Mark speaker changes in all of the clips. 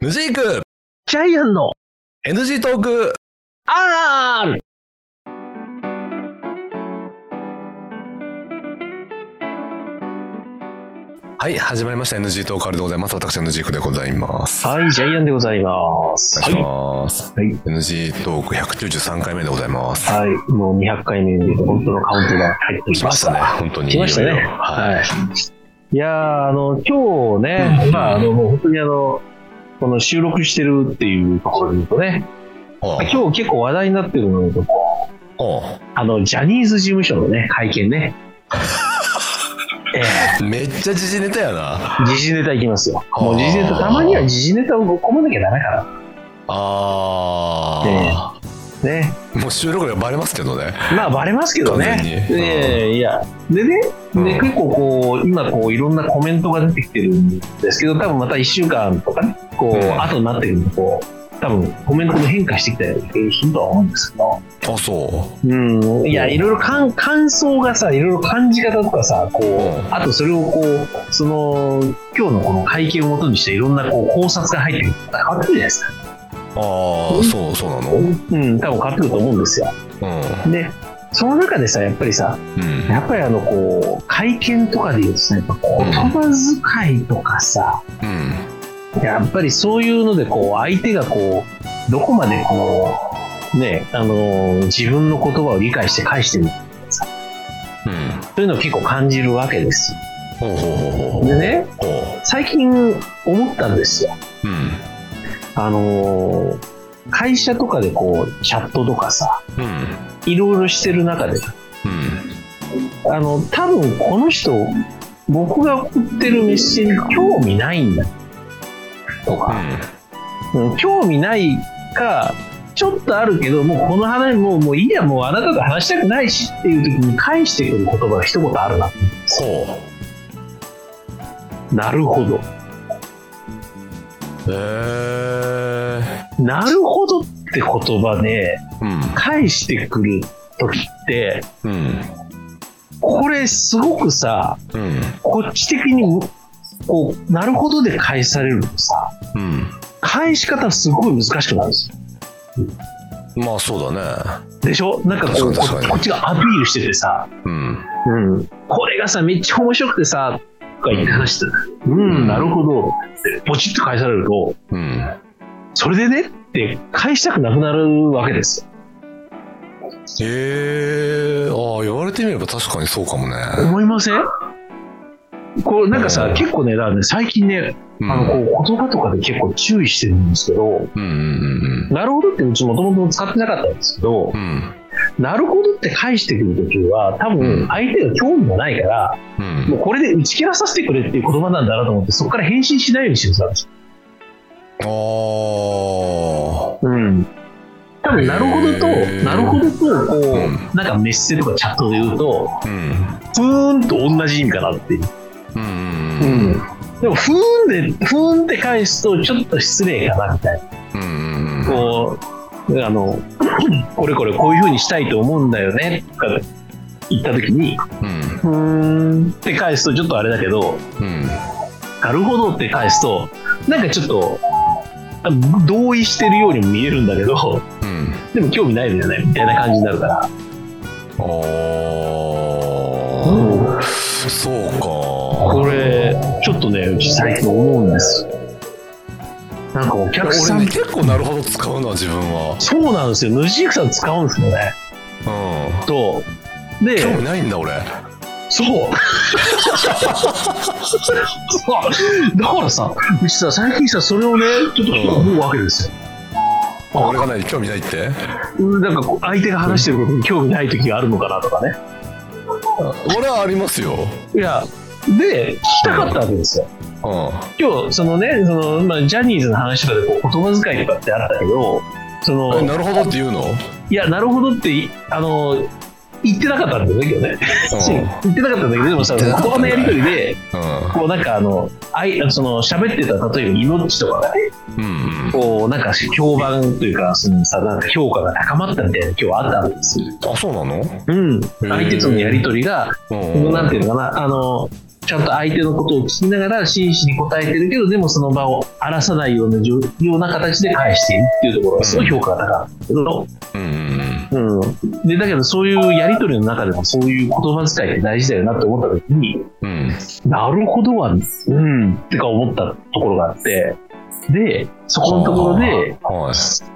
Speaker 1: ヌジーク
Speaker 2: ジャイアンの
Speaker 1: NG トーク
Speaker 2: R!
Speaker 1: はい、始まりました NG トークあるでございます。私はヌジークでございます。
Speaker 2: はい、ジャイアンでございます。
Speaker 1: お願いします。
Speaker 2: はい。
Speaker 1: NG トーク193回目でございます。
Speaker 2: はい、もう200回目で本当のカウントが入って
Speaker 1: 来
Speaker 2: きま
Speaker 1: ま
Speaker 2: し
Speaker 1: したたね、。本当に。
Speaker 2: 来ましたね
Speaker 1: いろいろはい。
Speaker 2: はい。いやー、あの、今日ね、
Speaker 1: うん
Speaker 2: まあ、あの、もう本当にあの、この収録してるっていうところで言うとね、
Speaker 1: おう
Speaker 2: 今日結構話題になってるのが、
Speaker 1: お
Speaker 2: あの、ジャニーズ事務所のね、会 見ね。え
Speaker 1: う
Speaker 2: え
Speaker 1: めっちゃ時事ネタやな。
Speaker 2: 時事ネタいきますよ。
Speaker 1: あー
Speaker 2: もう時事ネタ、たまには時事ネタをぶっ込まなきゃダメか
Speaker 1: あ
Speaker 2: ら。ね。
Speaker 1: ー。もう収録がバレますけどね。
Speaker 2: まあバレますけど
Speaker 1: 完
Speaker 2: ね。
Speaker 1: 全に
Speaker 2: いやいやでね、
Speaker 1: うん
Speaker 2: で結構こう今こういろんなコメントが出てきてるんですけど、多分また1週間とかね、こう、
Speaker 1: うん
Speaker 2: 後になってくるとこう多分コメントも変化してきたりするとは思うんですけど、
Speaker 1: あ、そう。
Speaker 2: うん、いやいろいろ感感想がさ、いろいろ感じ方とかさ、こう、
Speaker 1: うん
Speaker 2: あとそれをこうその今日のこの会見をもとにしていろんなこう考察が入ってくると変わってるじゃないですか。
Speaker 1: あー、そう、そうなのうん。
Speaker 2: うん、多分変わってくると思うんですよ。で、その中でさ、やっぱりさ。
Speaker 1: うん。
Speaker 2: やっぱりあのこう会見とかで言うとさやっぱ言葉遣いとかさ、
Speaker 1: うん。
Speaker 2: やっぱりそういうのでこう相手がこうどこまでこうねあの自分の言葉を理解して返してる
Speaker 1: うん。
Speaker 2: というのを結構感じるわけです。
Speaker 1: ほうほうほうほう。
Speaker 2: でね
Speaker 1: ほう。
Speaker 2: 最近思ったんですよ。
Speaker 1: うん。
Speaker 2: あの会社とかでこうチャットとかさ
Speaker 1: うん。
Speaker 2: いろいろしてる中で
Speaker 1: うん。
Speaker 2: あの多分この人僕が送ってるメッセージに興味ないんだとか、うん興味ないかちょっとあるけどもうこの話もうもういいやもうあなたと話したくないしっていう時に返してくる言葉が一言あるな
Speaker 1: ほう。
Speaker 2: なるほど
Speaker 1: えー、
Speaker 2: なるほどって言葉で
Speaker 1: うん
Speaker 2: 返してくる時って
Speaker 1: うん
Speaker 2: これすごくさ
Speaker 1: うん
Speaker 2: こっち的にこうなるほどで返されるとさ
Speaker 1: うん
Speaker 2: 返し方すごい難しくなるんですよ
Speaker 1: まあそうだね
Speaker 2: でしょなんかこう
Speaker 1: 確かに確か
Speaker 2: こ
Speaker 1: に
Speaker 2: こっちがアピールしててさ
Speaker 1: うん
Speaker 2: うん、これがさめっちゃ面白くてさとか言って話してうん、
Speaker 1: うん
Speaker 2: なるほどってポチッと返されると
Speaker 1: うん
Speaker 2: それでねって返したくなくなるわけですよ
Speaker 1: えー、ああ言われてみれば確かにそうかもね
Speaker 2: 思いませんこうなんかさ、
Speaker 1: うん
Speaker 2: 結構ねだからね最近ね、
Speaker 1: うん
Speaker 2: あのこう言葉とかで結構注意してるんですけど
Speaker 1: うんうん
Speaker 2: なるほどってうちもともと使ってなかったんですけど
Speaker 1: うんうん
Speaker 2: なるほどって返してくるときは多
Speaker 1: うん
Speaker 2: 分相手が興味がないから、
Speaker 1: うんう
Speaker 2: も
Speaker 1: ん
Speaker 2: うこれで打ち切らさせてくれっていう言葉なんだなと思ってそこから返信しないようにしてるんですよ
Speaker 1: ああ
Speaker 2: 私うん。多分なるほどと、
Speaker 1: へー
Speaker 2: なるほどと、こう、
Speaker 1: うん
Speaker 2: なんかメッセとかチャットで言うと、
Speaker 1: うん
Speaker 2: ふーんと同じ意味かなっていう。
Speaker 1: うんうん
Speaker 2: でも、ふーんで、ふーんって返すと、ちょっと失礼かなみたい
Speaker 1: うんうん
Speaker 2: な。こう、あの、 これこれこういう風にしたいと思うんだよね、とか言った時に、
Speaker 1: うん
Speaker 2: ふーんって返すとちょっとあれだけど、
Speaker 1: うん
Speaker 2: なるほどって返すと、なんかちょっと、あ同意してるようにも見えるんだけど、
Speaker 1: うん
Speaker 2: でも興味ないよね、みたいな感じになるから。
Speaker 1: ああそうか
Speaker 2: これちょっとねうち最近思うんですなんかお客さ
Speaker 1: 俺ね
Speaker 2: ん
Speaker 1: 結構なるほど使うな自分は
Speaker 2: そうなんですよヌジークさん使うんですよね
Speaker 1: うん
Speaker 2: と
Speaker 1: 興味
Speaker 2: で
Speaker 1: ないんだ俺
Speaker 2: そうそう だからさうちさ最近さそれをねちょっと思うわけですよ
Speaker 1: あ俺がない興味ないって
Speaker 2: うんなんかこう相手が話してることに興味ない時があるのかなとかね
Speaker 1: 俺はありますよ
Speaker 2: いやで聞きたかったわけですよ
Speaker 1: うん
Speaker 2: 今日そのねその、まあ、ジャニーズの話とかでこう言葉遣いとかってあったけどその
Speaker 1: えなるほどって言うの
Speaker 2: いや、なるほどって、あの、言ってなかったんだよね、今日ね。 言ってなかったんだけど、でもさ、
Speaker 1: 言ってなか
Speaker 2: 言
Speaker 1: った
Speaker 2: 葉のやりとりで、
Speaker 1: うん
Speaker 2: こうなんかあの、あいその喋ってた、例えば命とかがね、
Speaker 1: うんうん
Speaker 2: こうなんか評判というか、そのさ、なんか評価が高まったみたいな、今日はあったんですよ。
Speaker 1: あそうなの
Speaker 2: うん。相手とのやりとりが、
Speaker 1: うん
Speaker 2: もうなんていうのかな、あの、ちゃんと相手のことを聞きながら真摯に答えてるけど、でもその場を荒らさないようなじょ、ような形で返しているっていうところがすごい評価が高いんだ
Speaker 1: うんうん
Speaker 2: けど、うん。で、だけどそういうやりとりの中でもそういう言葉遣いって大事だよなって思った時に、
Speaker 1: うん
Speaker 2: なるほどは、うん、ってか思ったところがあって、で、そこのところで、
Speaker 1: はい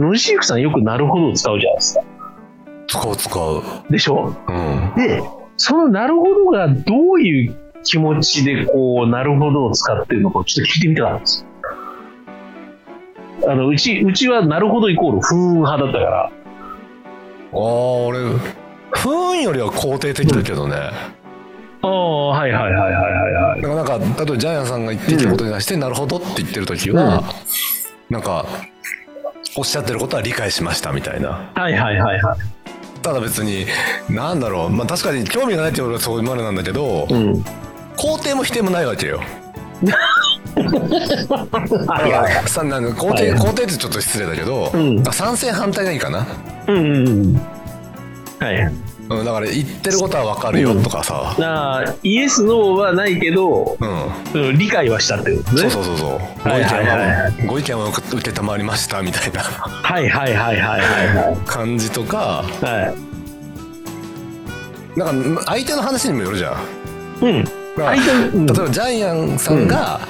Speaker 2: ノリシークさんよくなるほどを使うじゃないですか。
Speaker 1: 使う使う
Speaker 2: でしょ
Speaker 1: うん
Speaker 2: で、そのなるほどがどういう気持ちでこう、なるほどを使ってるのかちょっと聞いてみたかったんですよ。あの、うち、うちはなるほどイコール風雲派だったから、
Speaker 1: ああ俺不運よりは肯定的だけどね、
Speaker 2: ああ、はいはいはいはいはいはい。
Speaker 1: なんかなんか例えばジャイアンさんが言ってきたことに対して、なるほどって言ってる時は、
Speaker 2: うん
Speaker 1: なんかおっしゃってることは理解しましたみたいな
Speaker 2: はいはいはいは
Speaker 1: ただ別になんだろうまあ確かに興味がないって俺はそこまでなんだけど、
Speaker 2: い。うん。
Speaker 1: 肯定も否定もないわけよ
Speaker 2: はい
Speaker 1: だか
Speaker 2: はい。
Speaker 1: らさなんか肯定、
Speaker 2: はい
Speaker 1: 肯定ってちょっと失礼だけど、
Speaker 2: うん
Speaker 1: あ賛成反対がいいかな、
Speaker 2: うんうんうん。はい。
Speaker 1: うん、だから言ってることはわかるよとかさ、
Speaker 2: なあ、イエス、ノーはないけど、
Speaker 1: うん
Speaker 2: うん理解はしたってことね。
Speaker 1: そうそうそうそうご
Speaker 2: は
Speaker 1: 意見
Speaker 2: いはいはいは
Speaker 1: はご意見は受けたまわりましたみたいな
Speaker 2: はいはいはいはいは
Speaker 1: 感じとか
Speaker 2: いはい。はい。
Speaker 1: なんか相手の話にもよるじゃん
Speaker 2: うん。
Speaker 1: だから
Speaker 2: 相手うん
Speaker 1: 例えばジャイアンさんが、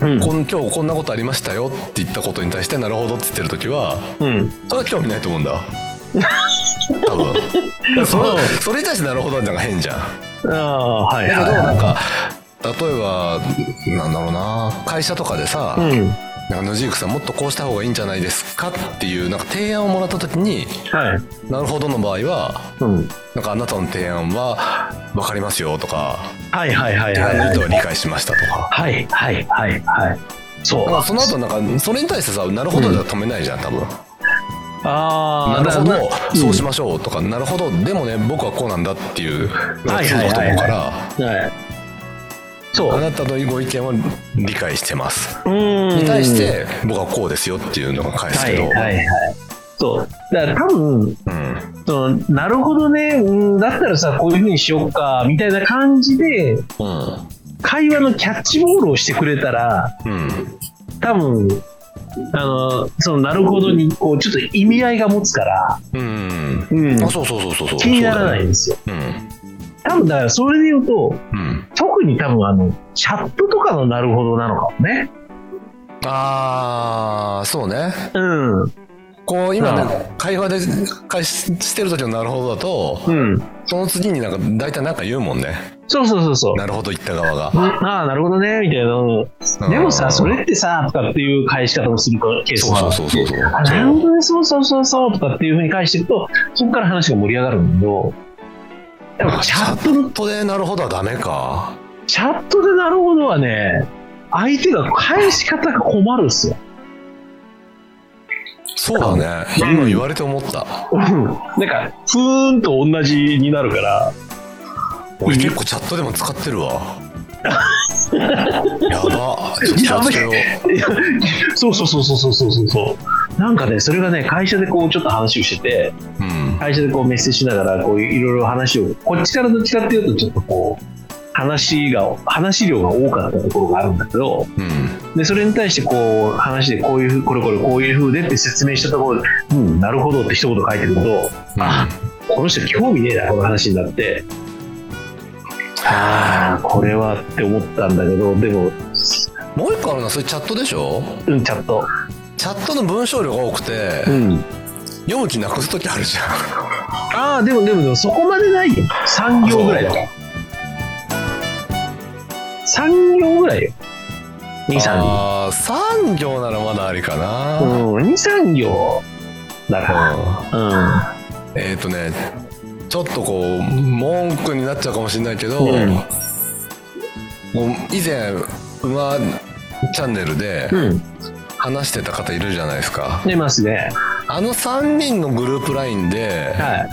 Speaker 2: うん。
Speaker 1: こん今日こんなことありましたよって言ったことに対してなるほどって言ってる時は
Speaker 2: うん。
Speaker 1: それは興味ないと思うん だ多分だからそれ
Speaker 2: うん
Speaker 1: それに対してなるほどなんか変じゃん
Speaker 2: ああ、はい
Speaker 1: だけど
Speaker 2: は
Speaker 1: なんか例えばなんだろうな会社とかでさ、
Speaker 2: い。うん。
Speaker 1: なんか野地くさんもっとこうした方がいいんじゃないですかっていうなんか提案をもらった時に
Speaker 2: はい。
Speaker 1: なるほどの場合は
Speaker 2: うん。
Speaker 1: なんかあなたの提案は分かりますよとか
Speaker 2: はいはいはい
Speaker 1: 提
Speaker 2: は
Speaker 1: 案の
Speaker 2: い。
Speaker 1: 意図は理解しましたとか
Speaker 2: はいはいはいはい。そう。
Speaker 1: まあその後なんかそれに対してさなるほどでは止めないじゃん多分、
Speaker 2: ああ、
Speaker 1: なるほ
Speaker 2: だ
Speaker 1: ど
Speaker 2: か
Speaker 1: そうしましょうとか、なるほどでもね僕はこうなんだっていうのが通だと思うから、
Speaker 2: らはい。そ
Speaker 1: あ
Speaker 2: う。
Speaker 1: なたのご意見は理解してます
Speaker 2: うーん
Speaker 1: に対し、て僕はこうですよっていうのが返す
Speaker 2: は
Speaker 1: け
Speaker 2: い
Speaker 1: ど、
Speaker 2: はいはい。そう。だから多分、
Speaker 1: うん
Speaker 2: そのなるほどね、うん、だったらさ、こういうふうにしようか、みたいな感じで、
Speaker 1: うん
Speaker 2: 会話のキャッチボールをしてくれたら、
Speaker 1: うん
Speaker 2: 多分、あの、その、なるほどに、こう、ちょっと意味合いが持つから、
Speaker 1: うん
Speaker 2: うん
Speaker 1: あそうそうそうそうそう
Speaker 2: 気にならないんですよ。
Speaker 1: そうだよね
Speaker 2: 多分、だから、それで言うと、
Speaker 1: うん、うん、
Speaker 2: 特に多分あのチャットとかのなるほどなのかもね。
Speaker 1: ああそうね
Speaker 2: うん。う
Speaker 1: こう今ね、
Speaker 2: う
Speaker 1: 会話で会ししてる時のなるほどだと
Speaker 2: ん。
Speaker 1: その次になんか大体なんか言うもんね
Speaker 2: そうそうそうそう。
Speaker 1: なるほど言った側が
Speaker 2: うんああ、なるほどね、みたいな。うんでも
Speaker 1: う
Speaker 2: さ、
Speaker 1: ん
Speaker 2: それってさ、とかっていう返し方をするケース
Speaker 1: そう
Speaker 2: が。
Speaker 1: そうそうそうそう
Speaker 2: あなるほどね、そうそうそうそう、とかっていうふうに返していくと、そこから話が盛り上がるんだけど、でもチャットの、
Speaker 1: ットでなるほどはダメか
Speaker 2: チャットでなるほどはね、相手が返し方が困るんですよ。
Speaker 1: そうだね今言われて思った
Speaker 2: うん。なんか、ふーんと同じになるから。
Speaker 1: 俺結構チャットでも使ってる わやばちょっと気
Speaker 2: や
Speaker 1: を
Speaker 2: ば
Speaker 1: つ
Speaker 2: い
Speaker 1: けよう
Speaker 2: いやそうそうそうそうそうそうそうそう。なんかね、それがね、会社でこうちょっと話をしてて、
Speaker 1: うん
Speaker 2: 会社でこうメッセージしながら、こういろいろ話を、こっちからどっちかっていうと、ちょっとこう、話が、話量が多かったところがあるんだけど、
Speaker 1: うん
Speaker 2: で、それに対してこう、話でこういうふう、これこれこういうふうでって説明したところで、うん、なるほどって一言書いてくると、あこの人興味ねえな、この話になって、ああ、これはって思ったんだけど、でも、
Speaker 1: もう一個あるなそれチャットでしょ
Speaker 2: うん、チャット。
Speaker 1: チャットの文章量が多くて
Speaker 2: ん。
Speaker 1: 読む気なくす時あるじゃ
Speaker 2: ああでもでもでもそこまでないよ3行ぐらいだから3行ぐらいよ
Speaker 1: ん
Speaker 2: 23
Speaker 1: あー3行ならまだありかな、
Speaker 2: 行うん23行だか
Speaker 1: う
Speaker 2: らうん
Speaker 1: んえっ、とねちょっとこう文句になっちゃうかもしれないけど、
Speaker 2: うん
Speaker 1: もう以前馬チャンネルで
Speaker 2: うん
Speaker 1: 話してた方いるじゃないですか、
Speaker 2: 出ますね
Speaker 1: あの3人のグループラインで
Speaker 2: はい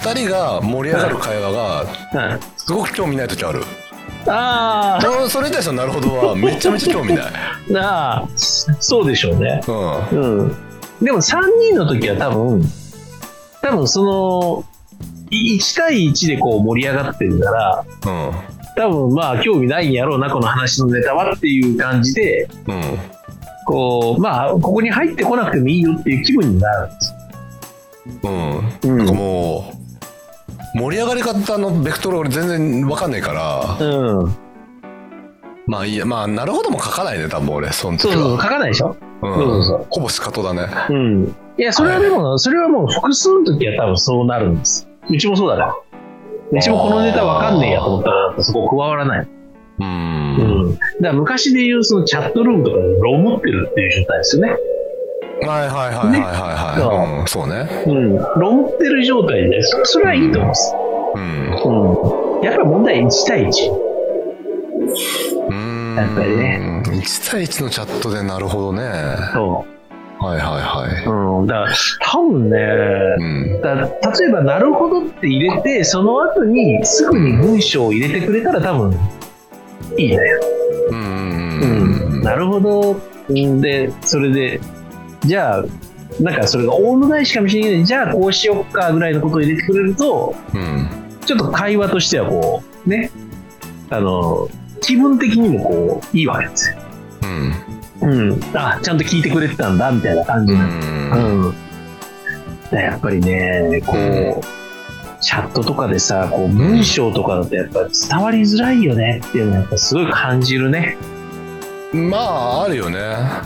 Speaker 1: 2人が盛り上がる会話が
Speaker 2: はい
Speaker 1: すごく興味ない時ある
Speaker 2: あ
Speaker 1: そのそれに対しての「なるほど」はめちゃめちゃ興味 ない、
Speaker 2: ーなあそうでしょうね
Speaker 1: うん、
Speaker 2: うんでも3人の時は多分多分その1対1でこう盛り上がってるから
Speaker 1: うん
Speaker 2: 多分まあ興味ないんやろうなこの話のネタはっていう感じで
Speaker 1: うん
Speaker 2: こうまあここに入ってこなくてもいいよっていう気分になるんです
Speaker 1: うん
Speaker 2: う
Speaker 1: なん
Speaker 2: ん
Speaker 1: かもう盛り上がり方のベクトル俺全然わかんないから
Speaker 2: うん、
Speaker 1: まあいいやまあなるほども書かないね多分俺その
Speaker 2: そう
Speaker 1: 時
Speaker 2: そうそう書
Speaker 1: は
Speaker 2: かないでしょ、
Speaker 1: う
Speaker 2: そうんそうそう
Speaker 1: ほぼスカトだね
Speaker 2: うん。いや、それはでも、それはもう複数の時は多分そうなるんです。うちもそうだから。うちもこのネタわかんねえやと思ったら、そこ加わらない。
Speaker 1: う
Speaker 2: うんん。だから昔で言うそのチャットルームとかでロー持ってるっていう状態ですよね。
Speaker 1: はいはいはいはいはいはい、うん、そうね
Speaker 2: うん。ロー持ってる状態で、そそれはいいと思うんです。
Speaker 1: うん
Speaker 2: うん。やっぱり問題1対1。
Speaker 1: うーん
Speaker 2: やっぱりね
Speaker 1: 1対1のチャットでなるほどねは
Speaker 2: そ
Speaker 1: いはいは
Speaker 2: う。うん。だから、多分ね、
Speaker 1: いうん
Speaker 2: だ例えば「なるほど」って入れてその後にすぐに文章を入れてくれたら多分いいね
Speaker 1: うんうん
Speaker 2: うん、なるほど。で、それで、じゃあ、なんかそれがオウム返しかもしれないけど、じゃあこうしよっかぐらいのことを入れてくれると、
Speaker 1: うん
Speaker 2: ちょっと会話としてはこう、ね、あの、気分的にもこう、いいわけですよ。
Speaker 1: うん
Speaker 2: うん。あ、ちゃんと聞いてくれてたんだ、みたいな感じ
Speaker 1: う
Speaker 2: に
Speaker 1: ん
Speaker 2: なる。うん。だやっぱりね、こう、チャットとかでさ、こう、文章とかだとやっぱ伝わりづらいよねっていうのをやっぱすごい感じるね。
Speaker 1: うんまああるよね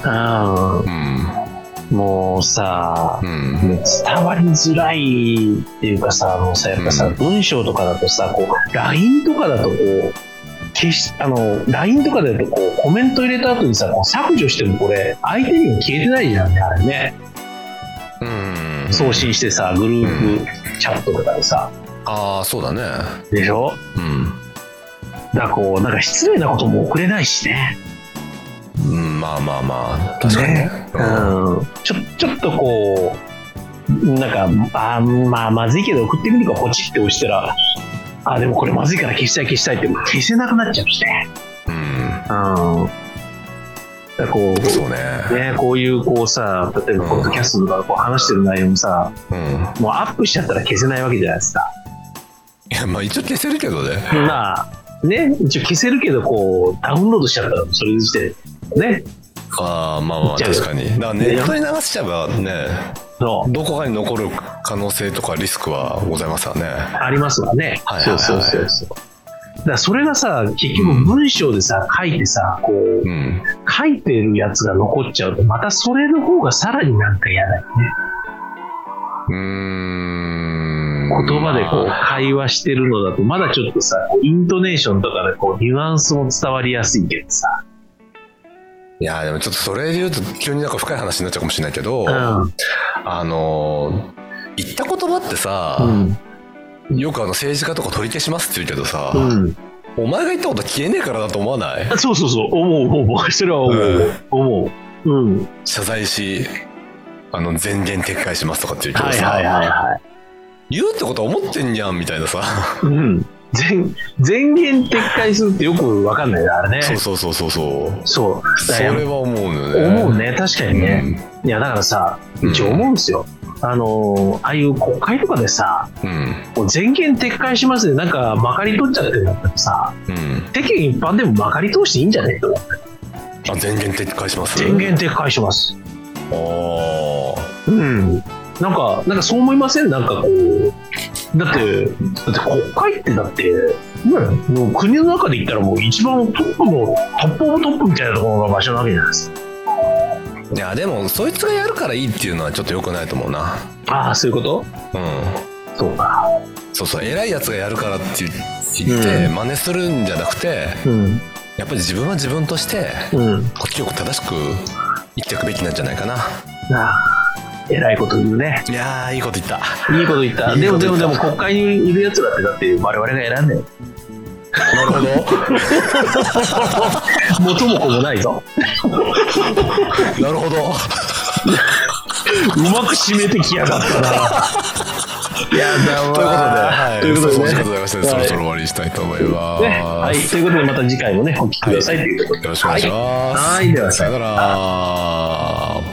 Speaker 2: うん。
Speaker 1: うん
Speaker 2: もうさ、
Speaker 1: うん
Speaker 2: 伝わりづらいっていうかさ、もうさ、やっぱさ、
Speaker 1: うん
Speaker 2: 文章とかだとさ、こう、LINE とかだとこう、消し、あの、LINE とかだとこう、コメント入れた後にさ、こう削除してもこれ、相手にも消えてないじゃんね、あれね。
Speaker 1: うん
Speaker 2: 送信してさ、グループチャットとかでさ、
Speaker 1: ああそうだね
Speaker 2: でしょ
Speaker 1: うん
Speaker 2: だからこう、なんか失礼なことも送れないしね。
Speaker 1: うんまあまあまあ確かにね
Speaker 2: うん。ちょ、ちょっとこう、なんか、あーまあ、まずいけど送ってみるか、ポチって押したら、あー、でもこれまずいから消したい消したいって、消せなくなっちゃうしね。
Speaker 1: うん
Speaker 2: うん。だからこ
Speaker 1: うんそう
Speaker 2: う、
Speaker 1: ね
Speaker 2: ね、こういうこうさ、例えば、
Speaker 1: うん
Speaker 2: ポッドキャストとかでこう話してる内容もさ、
Speaker 1: うん
Speaker 2: もうアップしちゃったら消せないわけじゃないですか。
Speaker 1: いやまあ一応消せるけどね
Speaker 2: まあ、ね、一応消せるけど、こう、ダウンロードしちゃったら、それ自体、ね、
Speaker 1: ああまあまあ確かにだからネットに流しちゃえばね
Speaker 2: の、
Speaker 1: どこかに残る可能性とかリスクはございますわね
Speaker 2: ありますわね。
Speaker 1: はいはいはい
Speaker 2: そうそうそうそう。だからそれがさ、結局文章でさ、書いてさ、こう、
Speaker 1: うん
Speaker 2: 書いてるやつが残っちゃうと、またそれの方がさらになんか嫌だよね。
Speaker 1: うーん
Speaker 2: 言葉でこう、会話してるのだと、まだちょっとさ、こうイントネーションとかでこう、ニュアンスも伝わりやすいけどさ。
Speaker 1: いやでもちょっとそれで言うと急になんか深い話になっちゃうかもしれないけど、
Speaker 2: うん。
Speaker 1: あのー言った言葉って
Speaker 2: う
Speaker 1: さ、
Speaker 2: ん。
Speaker 1: よくあの政治家とか取り消しますって言うけどさ、
Speaker 2: うん。
Speaker 1: お前が言ったこと消えねえからだと思わない
Speaker 2: そうそうそう。思う思う。それは思う。思う。うん。
Speaker 1: 謝罪しあの全言撤回しますとかって言うけど
Speaker 2: はい
Speaker 1: さ、
Speaker 2: はいはいは
Speaker 1: 言うってことは思ってんじゃんみたいなさ、
Speaker 2: い。うん。全、全言撤回するってよくわかんないな、あれね。
Speaker 1: そうそうそうそうそう
Speaker 2: そう。
Speaker 1: そ
Speaker 2: だからやっぱ
Speaker 1: れは思うのよね
Speaker 2: 思うね、確かにね。いや、だからさ、
Speaker 1: うん
Speaker 2: 一応思うんですよ。あのーああいう国会とかでさ、
Speaker 1: うんうん
Speaker 2: こう全権撤回しますで、なんかまかり取っちゃってるんだったらさ、
Speaker 1: うん
Speaker 2: 世間一般でもまかり通していいんじゃねえと。
Speaker 1: あ全言撤回します
Speaker 2: 全権撤回します。
Speaker 1: あー
Speaker 2: うん。なんか、なんかそう思いませんなんかこう。だって、だって国会ってだって、ね、もう国の中で言ったらもう一番トップの、トップオブトップみたいなところが場所なわけじゃないですか。
Speaker 1: いやでもそいつがやるからいいっていうのはちょっと良くないと思うな
Speaker 2: ああ、そういうこと
Speaker 1: うん
Speaker 2: そうか。
Speaker 1: そうそう偉いやつがやるからって言って、
Speaker 2: うん
Speaker 1: 真似するんじゃなくて
Speaker 2: うん。
Speaker 1: やっぱり自分は自分として
Speaker 2: うん。
Speaker 1: こっちよく正しく生きていくべきなんじゃないかな
Speaker 2: なあ、えらいこと言うね。
Speaker 1: いやーいいこと言った
Speaker 2: いいこと言った。
Speaker 1: いい
Speaker 2: で
Speaker 1: こ
Speaker 2: も
Speaker 1: と
Speaker 2: で
Speaker 1: 言
Speaker 2: も
Speaker 1: った
Speaker 2: でも国会にいるやつらってだって我々が選んでる。
Speaker 1: なるほ
Speaker 2: 元も子もないぞ。
Speaker 1: どなるほど
Speaker 2: うまく締めてきやがったな。やだ
Speaker 1: ということで、はい、そう
Speaker 2: わ
Speaker 1: お時間
Speaker 2: ね
Speaker 1: となりましたので、そろそろ終わりにしたいと思います。
Speaker 2: ねはい、ということでまた次回もねお聞きくださいということで
Speaker 1: よろしくお願いします。
Speaker 2: はいはいでは
Speaker 1: さよなら。